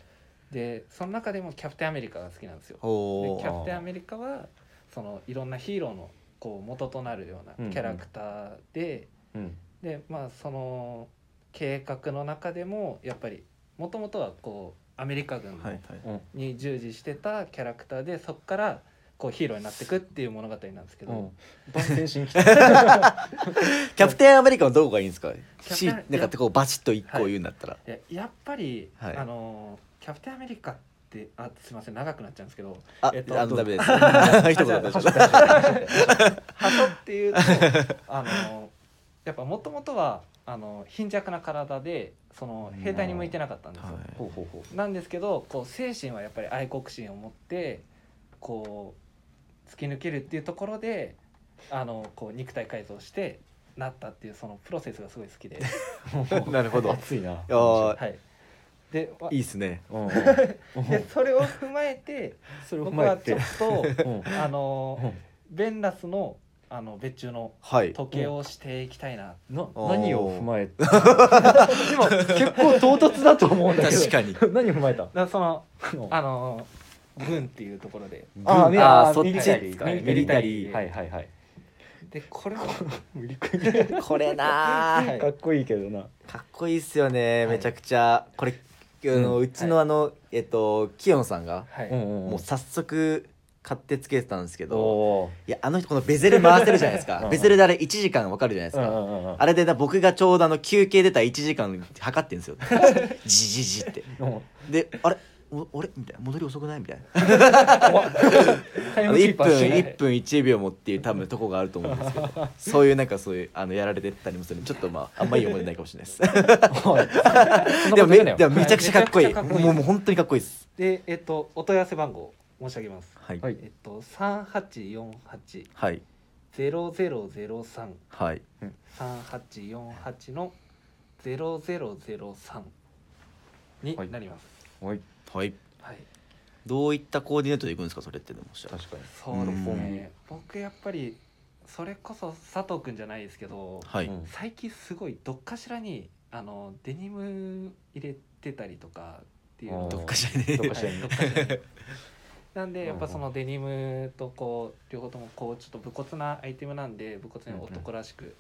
Speaker 3: でその中でもキャプテンアメリカが好きなんですよ
Speaker 1: ー。
Speaker 3: で
Speaker 1: お
Speaker 3: キ
Speaker 1: ー
Speaker 3: ャプテンアメリカはそのいろんなヒーローのこう元となるよう
Speaker 2: うんう
Speaker 3: なんキャラクターで、
Speaker 2: うん
Speaker 3: でまあその計画の中でもやっぱりもともとはこうアメリカ軍の
Speaker 1: はいはい
Speaker 2: うん
Speaker 3: に従事してたキャラクターでそこからこうヒーローになっていくっていう物語なんですけど、
Speaker 2: うん番宣しに来た
Speaker 1: キャプテンアメリカのどこがいいんですか
Speaker 3: プテン
Speaker 1: しなんかこうバチッと一個言うんだったら
Speaker 3: いややっぱり、
Speaker 1: はい
Speaker 3: あのーキャプテンアメリカってあすいません長くなっちゃうんですけど
Speaker 1: あ
Speaker 3: えっと
Speaker 1: あのダメです一言で
Speaker 3: 鳩ってい うとあのやっぱもともとはあの貧弱な体でその兵隊に向いてなかったんですよ、
Speaker 1: はい
Speaker 2: ほうほうほ
Speaker 3: なんですけどこう精神はやっぱり愛国心を持ってこう突き抜けるっていうところであのこう肉体改造してなったっていうそのプロセスがすごい好きで、
Speaker 2: う
Speaker 1: なるほど
Speaker 2: 熱い な
Speaker 1: ー
Speaker 3: はい、でわ
Speaker 1: いいっすね
Speaker 2: うんうん
Speaker 3: でそれを踏まえて
Speaker 2: それを踏
Speaker 3: 僕
Speaker 2: まえ
Speaker 3: はち
Speaker 2: て
Speaker 3: ょっと
Speaker 2: うん
Speaker 3: あのベンラスのあの別注の
Speaker 1: はい
Speaker 3: 時計をしていきたいな、
Speaker 2: な
Speaker 1: おー
Speaker 2: 何を踏 まえて今結構唐突だと思うんだけど
Speaker 1: 確かに
Speaker 2: 何踏まえた
Speaker 3: だからその
Speaker 2: うん
Speaker 3: あの軍っていうところで
Speaker 1: あ
Speaker 2: ミ
Speaker 1: ー
Speaker 2: あー
Speaker 1: そっ
Speaker 2: ミ
Speaker 1: ち
Speaker 2: リタリーか
Speaker 3: ミ
Speaker 1: ミリタリー
Speaker 2: はいはいはい
Speaker 3: でこれ も
Speaker 2: 無理 くり
Speaker 1: これな
Speaker 3: は
Speaker 1: ー
Speaker 3: い
Speaker 2: かっこいいけどな
Speaker 1: かっこいいっすよね
Speaker 3: はい
Speaker 1: めちゃくちゃこれあの
Speaker 2: う
Speaker 1: うちのあのえっとキヨンさんが
Speaker 3: はい、
Speaker 2: も
Speaker 1: もう早速買ってつけてたんですけ
Speaker 2: お
Speaker 1: ど
Speaker 2: お
Speaker 1: いやあの人このベゼル回せるじゃないです
Speaker 2: うんう
Speaker 1: か
Speaker 2: ん
Speaker 1: ベゼルであれ1時間わかるじゃないです
Speaker 2: うんう
Speaker 1: か
Speaker 2: んうんうん
Speaker 1: あれでな僕がちょうどあの休憩出た1時間測ってんですよじじじって
Speaker 2: うん
Speaker 1: であれお俺みたいな戻り遅くないみたいな
Speaker 2: 怖っタイムキ
Speaker 1: 1
Speaker 2: ーパ
Speaker 1: 分
Speaker 2: ーしてない
Speaker 1: 1分1秒もっていう多分とこがあると思うんですけどそういうなんかそういうあのやられてったりもするんでちょっとまああんまいい思い出ないかもしれないです
Speaker 2: おいそんなこと
Speaker 1: でも
Speaker 2: 言うな
Speaker 1: め
Speaker 2: よ
Speaker 1: でもめちゃくちゃかっこいい,、
Speaker 3: はいめちゃくちゃかっこいい
Speaker 1: もうもう本当にかっこいいです
Speaker 3: でえっとお問い合わせ番号申し上げます
Speaker 1: はい
Speaker 2: はい
Speaker 3: えっと三八四八
Speaker 1: はい
Speaker 3: ゼロゼロゼロ三
Speaker 1: はい
Speaker 3: 三八四八のゼロゼロゼロ三になります。
Speaker 2: はい
Speaker 1: はい
Speaker 3: はい、
Speaker 1: どういったコーディネートでいくんですかそれってでもじゃあ
Speaker 2: 確かに
Speaker 3: そうですね。僕やっぱりそれこそ佐藤くんじゃないですけど、
Speaker 1: はい、
Speaker 2: うん
Speaker 3: 最近すごいどっかしらにあのデニム入れてたりとかっていうのを
Speaker 2: あー
Speaker 1: どっかしらね
Speaker 2: どっか
Speaker 3: は
Speaker 2: しら
Speaker 3: い
Speaker 2: に
Speaker 3: どっかしらに なんでやっぱそ
Speaker 2: うん
Speaker 3: のデニムとこう両方ともこうちょっと武骨なアイテムなんで武骨に男らしく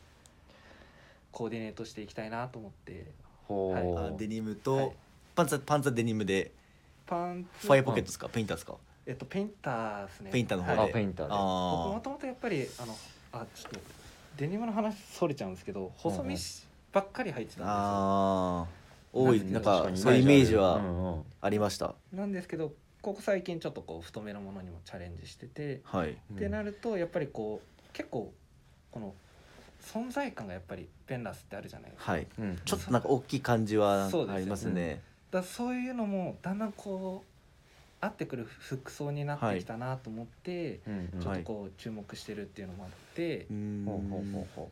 Speaker 3: コーディネートしていきたいなと思って
Speaker 2: ほ
Speaker 3: は
Speaker 1: あ
Speaker 2: う
Speaker 1: デニム
Speaker 3: はい
Speaker 1: とパンツァパンツァデニムで
Speaker 3: パンツ
Speaker 1: ファイアポケットですかペインターですか
Speaker 3: えっとペインターですね
Speaker 1: ペインターの方で
Speaker 3: は
Speaker 2: あ
Speaker 3: い
Speaker 2: ペインターで
Speaker 3: 僕
Speaker 1: あ
Speaker 3: もともとやっぱりあのあちょっとデニムの話それちゃうんですけど細身ばっかり入って
Speaker 1: ー
Speaker 3: たんですよ
Speaker 1: あー多いなん
Speaker 3: あ
Speaker 1: か
Speaker 2: 確に
Speaker 1: そういうイメージ
Speaker 2: う
Speaker 1: は
Speaker 2: んうん
Speaker 1: ありました
Speaker 3: なんですけどここ最近ちょっとこう太めのものにもチャレンジしてて、
Speaker 1: はい
Speaker 3: ってなるとやっぱりこう結構この存在感がやっぱりペンラスってあるじゃないですか
Speaker 1: はい
Speaker 2: うん
Speaker 1: ちょっとなんか大きい感じは
Speaker 3: そうですよ
Speaker 1: ありますね
Speaker 3: だからそういうのもだんだんこう合ってくる服装になってきたなと思って、
Speaker 2: うんうん
Speaker 3: ちょっ
Speaker 1: は
Speaker 3: と
Speaker 1: い
Speaker 3: こう注目してるっていうのもあって
Speaker 1: うーん
Speaker 2: ほうほうほうほ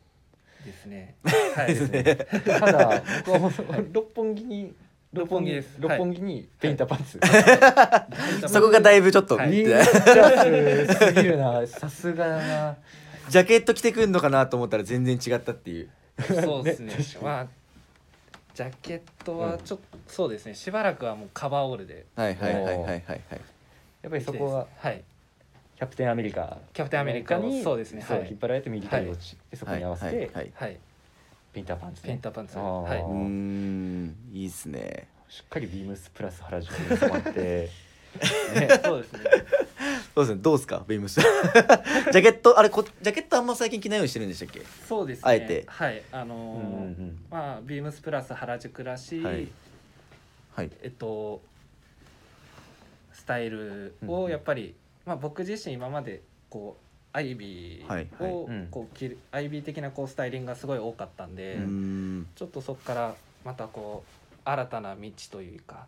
Speaker 3: ですね。
Speaker 2: うです ねただ僕はもう六本木に
Speaker 3: 六本木です
Speaker 2: 六本木にペインターパンツ
Speaker 1: そこがだいぶちょっと
Speaker 3: は
Speaker 2: リ
Speaker 3: い
Speaker 2: ーチャスすぎるなさすがだな
Speaker 1: ジャケット着てくんのかなと思ったら全然違ったっていう
Speaker 3: そうですね
Speaker 2: ね確かに
Speaker 3: まあジャケットはちょっと、そうですねしばらくはもうカバーオールで
Speaker 1: はいはいはいはいはいはい
Speaker 2: やっぱりそこは
Speaker 3: はい
Speaker 2: キャプテンアメリカ
Speaker 3: キャプテンアメリカ
Speaker 2: に
Speaker 3: にそうですね
Speaker 2: そう
Speaker 3: はい
Speaker 2: 引っ張られて右手に落ちでそこに合わせ
Speaker 1: はいはい
Speaker 2: て
Speaker 1: はい
Speaker 3: はい
Speaker 2: ペインターパンツね
Speaker 3: ペンターパンツ
Speaker 2: あー
Speaker 3: はいう
Speaker 1: ーんいいっすね
Speaker 2: しっかりビームスプラス原宿に染ま って
Speaker 3: そうですね
Speaker 1: そうですねどうですかビームス ジャケットあれこジャケットあんま最近着ないようにしてるんでしたっけ
Speaker 3: そうですね
Speaker 1: あえて
Speaker 3: はいあ
Speaker 2: う
Speaker 3: の
Speaker 2: んう
Speaker 3: ー
Speaker 2: ん
Speaker 3: まあビームスプラス原宿らしい、
Speaker 1: はいはい
Speaker 3: えっとスタイルをやっぱり、まあ、僕自身今までこうアイビ
Speaker 1: はい
Speaker 3: ー
Speaker 1: はい
Speaker 3: を
Speaker 2: うん
Speaker 3: こう着るアイビー的なこうスタイリングがすごい多かったんで、
Speaker 1: うーん
Speaker 3: ちょっとそこからまたこう新たな道というか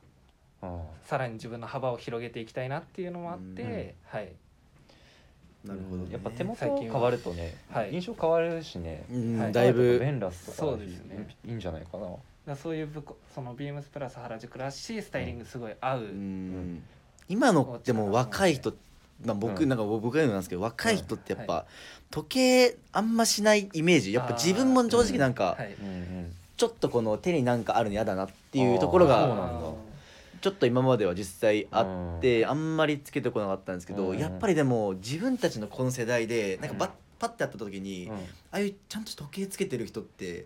Speaker 2: うんあ
Speaker 3: さらに自分の幅を広げていきたいなっていうのもあって、はい
Speaker 2: ー
Speaker 1: なるほどね、
Speaker 2: うんやっぱ手元
Speaker 3: 最近
Speaker 2: 変
Speaker 3: は
Speaker 2: わるとね
Speaker 3: はい
Speaker 2: 印象変わるしね
Speaker 1: うん
Speaker 3: はい
Speaker 1: だいぶ
Speaker 2: ベンラスとか
Speaker 3: そうですね
Speaker 2: いいんじゃないかな
Speaker 3: だからそういうぶこそのビームスプラス原宿らしいスタイリングすごい合う、
Speaker 1: うん今のでも若い人、まあ、僕、
Speaker 2: うん
Speaker 1: なんか僕が言うのなんですけど若い人ってやっぱ、
Speaker 3: は
Speaker 1: 時計あんましないイメージやっぱ自分も正直なんか、
Speaker 3: はい
Speaker 2: うんうん
Speaker 1: ちょっとこの手になんかあるの嫌だなっていうところ
Speaker 2: あーそうなん
Speaker 1: が
Speaker 2: だ
Speaker 1: ちょっと今までは実際あ
Speaker 2: あ
Speaker 1: って、あんまりつけてこなかったんですけど、
Speaker 2: うん
Speaker 1: やっぱりでも自分たちのこの世代でなんかば
Speaker 3: うん
Speaker 1: パッて会った時に、ああいうちゃんと時計つけてる人って、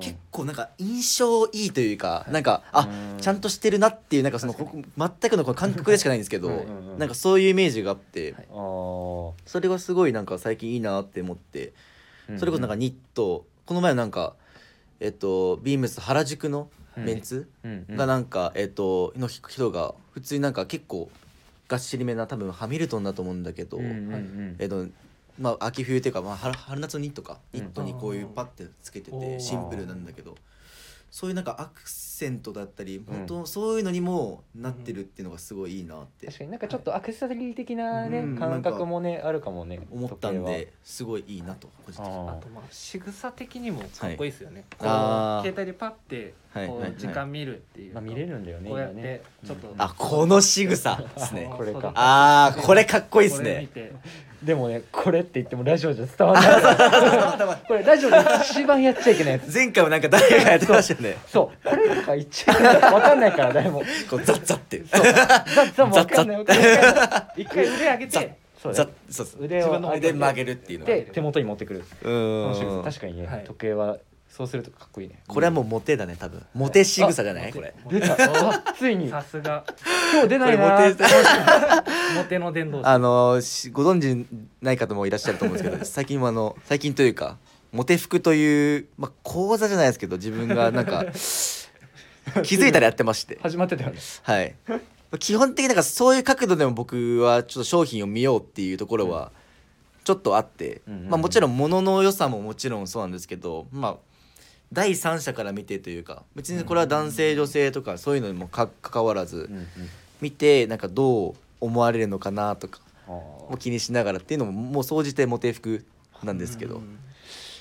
Speaker 1: 結構なんか印象いいというか、なんかあ、ちゃん
Speaker 2: と
Speaker 1: としてるなっていうなんかその
Speaker 3: 確か
Speaker 1: ここ全くのこの感覚でしかないんですけど
Speaker 3: うん
Speaker 2: うんうん
Speaker 1: なんかそういうイメージがあって、
Speaker 3: はい
Speaker 1: それがすごいなんか最近いいなって思って、それこそなんかニットこの前なんかえっとビームス原宿のメンツがなんか、えっとの人が普通になんか結構がっしりめな多分ハミルトンだと思うんだけど、えっとまあ秋冬っていうか、まあ、春春夏のニットか
Speaker 2: うん
Speaker 1: ニットにこういうパッてつけて
Speaker 3: おー
Speaker 1: てシンプルなんだけどそういうなんかアクセントだったり
Speaker 2: ん
Speaker 1: 本当そういうのにもなってるっていうのがすごいいいなって
Speaker 2: 確かになんかちょっとアクセサリー的なね、
Speaker 1: うん
Speaker 2: 感覚もねあるかもね
Speaker 1: 思ったん
Speaker 2: 時計は
Speaker 1: ですごいいいなと個人的に
Speaker 2: あ
Speaker 3: あとまあ仕草的にもかっこいいですよね、こう
Speaker 1: あー
Speaker 3: 携帯でパッて
Speaker 1: はい
Speaker 3: こ
Speaker 1: はいう
Speaker 3: 時間見るっていう
Speaker 2: ま
Speaker 3: か、
Speaker 2: あ見れるんだよね
Speaker 3: こうやって
Speaker 2: 今ね
Speaker 3: ちょっと
Speaker 1: あこの仕草です ね
Speaker 2: これか
Speaker 1: ああこれかっこいいです
Speaker 3: これ見
Speaker 1: ね
Speaker 3: て
Speaker 2: でもねこれって言ってもラジオじゃ伝わらないこれラジオで一番やっちゃいけないや つ
Speaker 1: 前回もなんか誰かがやってましたよ ね
Speaker 2: そうこれとか言っちゃいけないわかんないから誰も
Speaker 1: こうザッザッって
Speaker 2: そうザッザもわかんないわかんない
Speaker 3: 一回腕上げ
Speaker 1: ざ
Speaker 3: て
Speaker 2: そう
Speaker 1: ザ
Speaker 2: だ
Speaker 1: ッそうそう
Speaker 2: 腕を上
Speaker 1: 腕
Speaker 2: げ
Speaker 1: 曲げ
Speaker 2: て
Speaker 1: るっていうのが
Speaker 2: で手元に持ってくる
Speaker 1: う
Speaker 2: この仕
Speaker 1: ー
Speaker 2: 草
Speaker 1: ん
Speaker 2: 確かにね、
Speaker 3: はい
Speaker 2: 時計はそうするとかっこいいね
Speaker 1: これはもうモテだね多分モテ仕草じゃないこれ
Speaker 2: 出たあついに
Speaker 3: さすが
Speaker 2: 今日出ないな
Speaker 1: これ
Speaker 2: ー
Speaker 1: モテ
Speaker 3: モテ の伝道師
Speaker 1: あのしご存知ない方もいらっしゃると思うんですけ ど最近はあの最近というかモテ服という、まあ、講座じゃないですけど自分がなんか気づいたらやってまして
Speaker 2: 始まってたよね
Speaker 1: はい基本的になんかそういう角度でも僕はちょっと商品を見ようっていうところはちょっとあって、
Speaker 2: うんうんうん
Speaker 1: まあ、もちろん物の良さももちろんそうなんですけどまあ第三者から見てというか別にこれは男性女性とかそういうのにもかかわらず
Speaker 2: うんうん
Speaker 1: 見てなんかどう思われるのかなとか
Speaker 2: あー
Speaker 1: も気にしながらっていうのももう総じてモテ服なんですけ
Speaker 3: う
Speaker 1: ど
Speaker 3: ん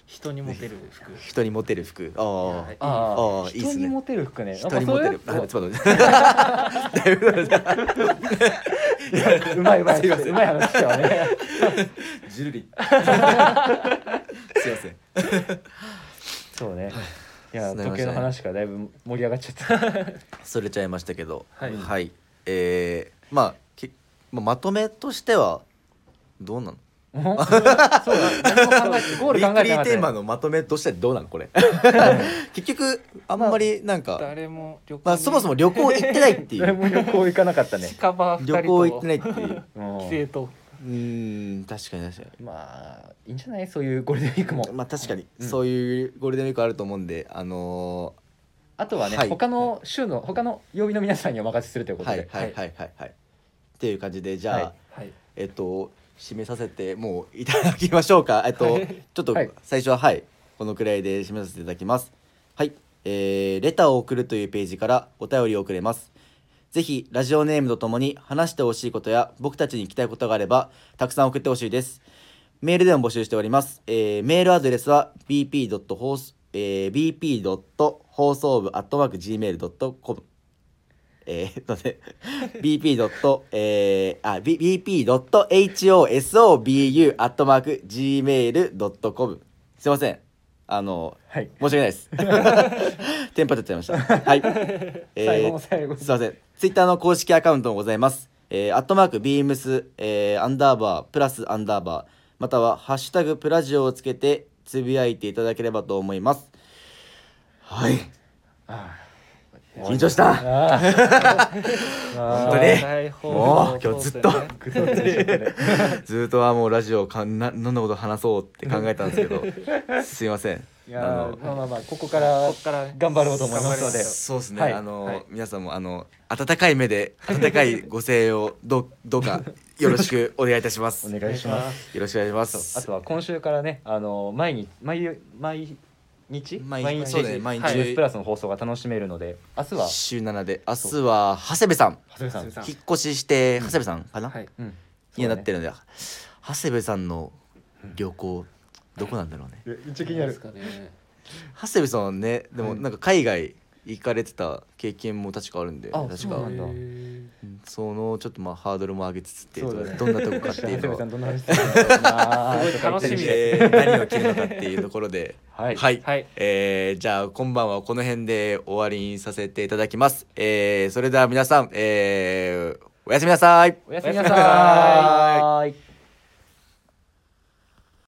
Speaker 3: 人にモテる服
Speaker 1: 人にモテる服あ
Speaker 3: はい
Speaker 1: あ
Speaker 2: あ
Speaker 1: あ
Speaker 2: あ
Speaker 1: ーいいっすね
Speaker 2: 人にモテる服ね
Speaker 1: 人にモテる
Speaker 2: あま
Speaker 1: あ
Speaker 2: あ
Speaker 1: ち
Speaker 2: そ
Speaker 1: ょっと待って だいぶ
Speaker 2: ういうやつうまいうまい
Speaker 1: すいません
Speaker 2: うまい話だよね
Speaker 1: ジ ュリすいません
Speaker 2: そうねいや
Speaker 1: すいません
Speaker 2: 時計の話からだいぶ盛り上がっちゃった
Speaker 1: それちゃいましたけど
Speaker 3: はい
Speaker 1: はいえーまあけまあまとめとしてはどうなの
Speaker 2: うん
Speaker 3: そうだ何も考えてゴー
Speaker 1: ウ
Speaker 3: ル
Speaker 1: ィー
Speaker 3: 考
Speaker 1: ク
Speaker 2: え
Speaker 1: リ
Speaker 2: て
Speaker 1: ー
Speaker 2: なかったね
Speaker 1: テーマのまとめとしてはどうなのこ れ結局あんまりなんか、
Speaker 3: 誰も旅行に
Speaker 1: まあ、そもそも旅行行ってないってい
Speaker 2: 誰
Speaker 1: う
Speaker 2: も旅行行かなかったね。
Speaker 3: 近場二人と
Speaker 1: 旅行行ってないっていう
Speaker 2: うん
Speaker 3: 帰省と
Speaker 1: うーん確かに確か
Speaker 2: まあいいんじゃないそういうゴールデンウィークも
Speaker 1: に。まあ確かに、
Speaker 2: うん
Speaker 1: そういうゴールデンウィークあると思うんであの
Speaker 2: あとはね、
Speaker 1: はい
Speaker 2: 他の週の他の曜日の皆さんにお任せするという
Speaker 1: ー
Speaker 2: こと
Speaker 1: はい
Speaker 2: で。
Speaker 1: はいはいはいはいっていう感じでじゃあ、
Speaker 2: はい
Speaker 3: はい
Speaker 1: えっと締めさせてもういただきましょう かえっと、
Speaker 3: はい
Speaker 1: ちょっと
Speaker 2: はい
Speaker 1: 最初ははいこのくらいで締めさせていただきますはいえーレターを送るというページからお便りを送れますぜひラジオネームとともに話してほしいことや僕たちに聞きたいことがあればたくさん送ってほしいですメールでも募集しております、えーメールアドレスは bp. 放送えー bp. 放送部 gmail.com えー、すいません bp. えー、あ、B- bp.hosobu アットマーク gmail.com すいません。あの、
Speaker 2: はい。
Speaker 1: 申し訳ない です。テンパっちゃいました。はい。えー
Speaker 2: 最後の最後
Speaker 1: すいません。ツイッターの公式アカウントもございます。えー、アットマークビームス、えー、アンダーバー、プラスアンダーバー、またはハッシュタグプラジオをつけてつぶやいていただければと思います。はい。
Speaker 2: あ
Speaker 1: 緊張 した。
Speaker 2: あ。
Speaker 1: 本当
Speaker 2: 本
Speaker 1: に
Speaker 3: 台本
Speaker 1: もう
Speaker 3: そう
Speaker 1: 今日
Speaker 3: です
Speaker 1: ずっ
Speaker 3: ね
Speaker 1: と
Speaker 2: 当に。
Speaker 1: ずっとはもうラジオかんな何のこと話そうって考えたんですけ どすいません
Speaker 2: い
Speaker 1: あ
Speaker 2: や
Speaker 1: の
Speaker 2: ーまあまあまあここから
Speaker 3: こっから
Speaker 2: 頑張ろうと思いますので。
Speaker 1: そうですね、
Speaker 2: はい
Speaker 1: あの、
Speaker 2: はい
Speaker 1: 皆さんもあの温かい目で温かいご声援をど うどうかよろしくお願いいたします
Speaker 2: お
Speaker 1: よ
Speaker 2: 願いします。
Speaker 1: ろしくお願いします
Speaker 2: あとは今週からね、あの毎日毎毎日
Speaker 1: 毎日そうだね毎日
Speaker 2: ジュースプラスの放送が楽しめるので、明日は
Speaker 1: 週7で明日は長谷部さん
Speaker 2: 長谷部
Speaker 3: 長
Speaker 2: さ
Speaker 3: 谷部さ
Speaker 2: ん、
Speaker 3: ん
Speaker 1: 引っ越しして長谷部さんかな、
Speaker 3: はい
Speaker 2: うん、
Speaker 1: にはなってるので長谷部さんの旅行どこなんだろうね
Speaker 2: る。一
Speaker 3: 気
Speaker 2: になる。
Speaker 1: 長谷部さんはねでも
Speaker 2: はい
Speaker 1: なんか海外行かれてた経験も確かあるんで
Speaker 2: あ
Speaker 1: 確
Speaker 2: そう
Speaker 1: か
Speaker 2: なんだ
Speaker 1: そのちょっとまあハードルも上げつつっていう
Speaker 2: そうだね
Speaker 1: どんなとこかってい
Speaker 2: 長
Speaker 1: うの
Speaker 2: 谷部さ
Speaker 1: は
Speaker 2: んどんな話するのかな
Speaker 3: すごい楽しみです
Speaker 1: えー何を切るのかっていうところで
Speaker 2: は い
Speaker 3: はい
Speaker 1: えーじゃあ今晩はこの辺で終わりにさせていただきます、えーそれでは皆さん、えーおやすみなさい
Speaker 2: おやすみな
Speaker 3: おやすみな
Speaker 2: さい。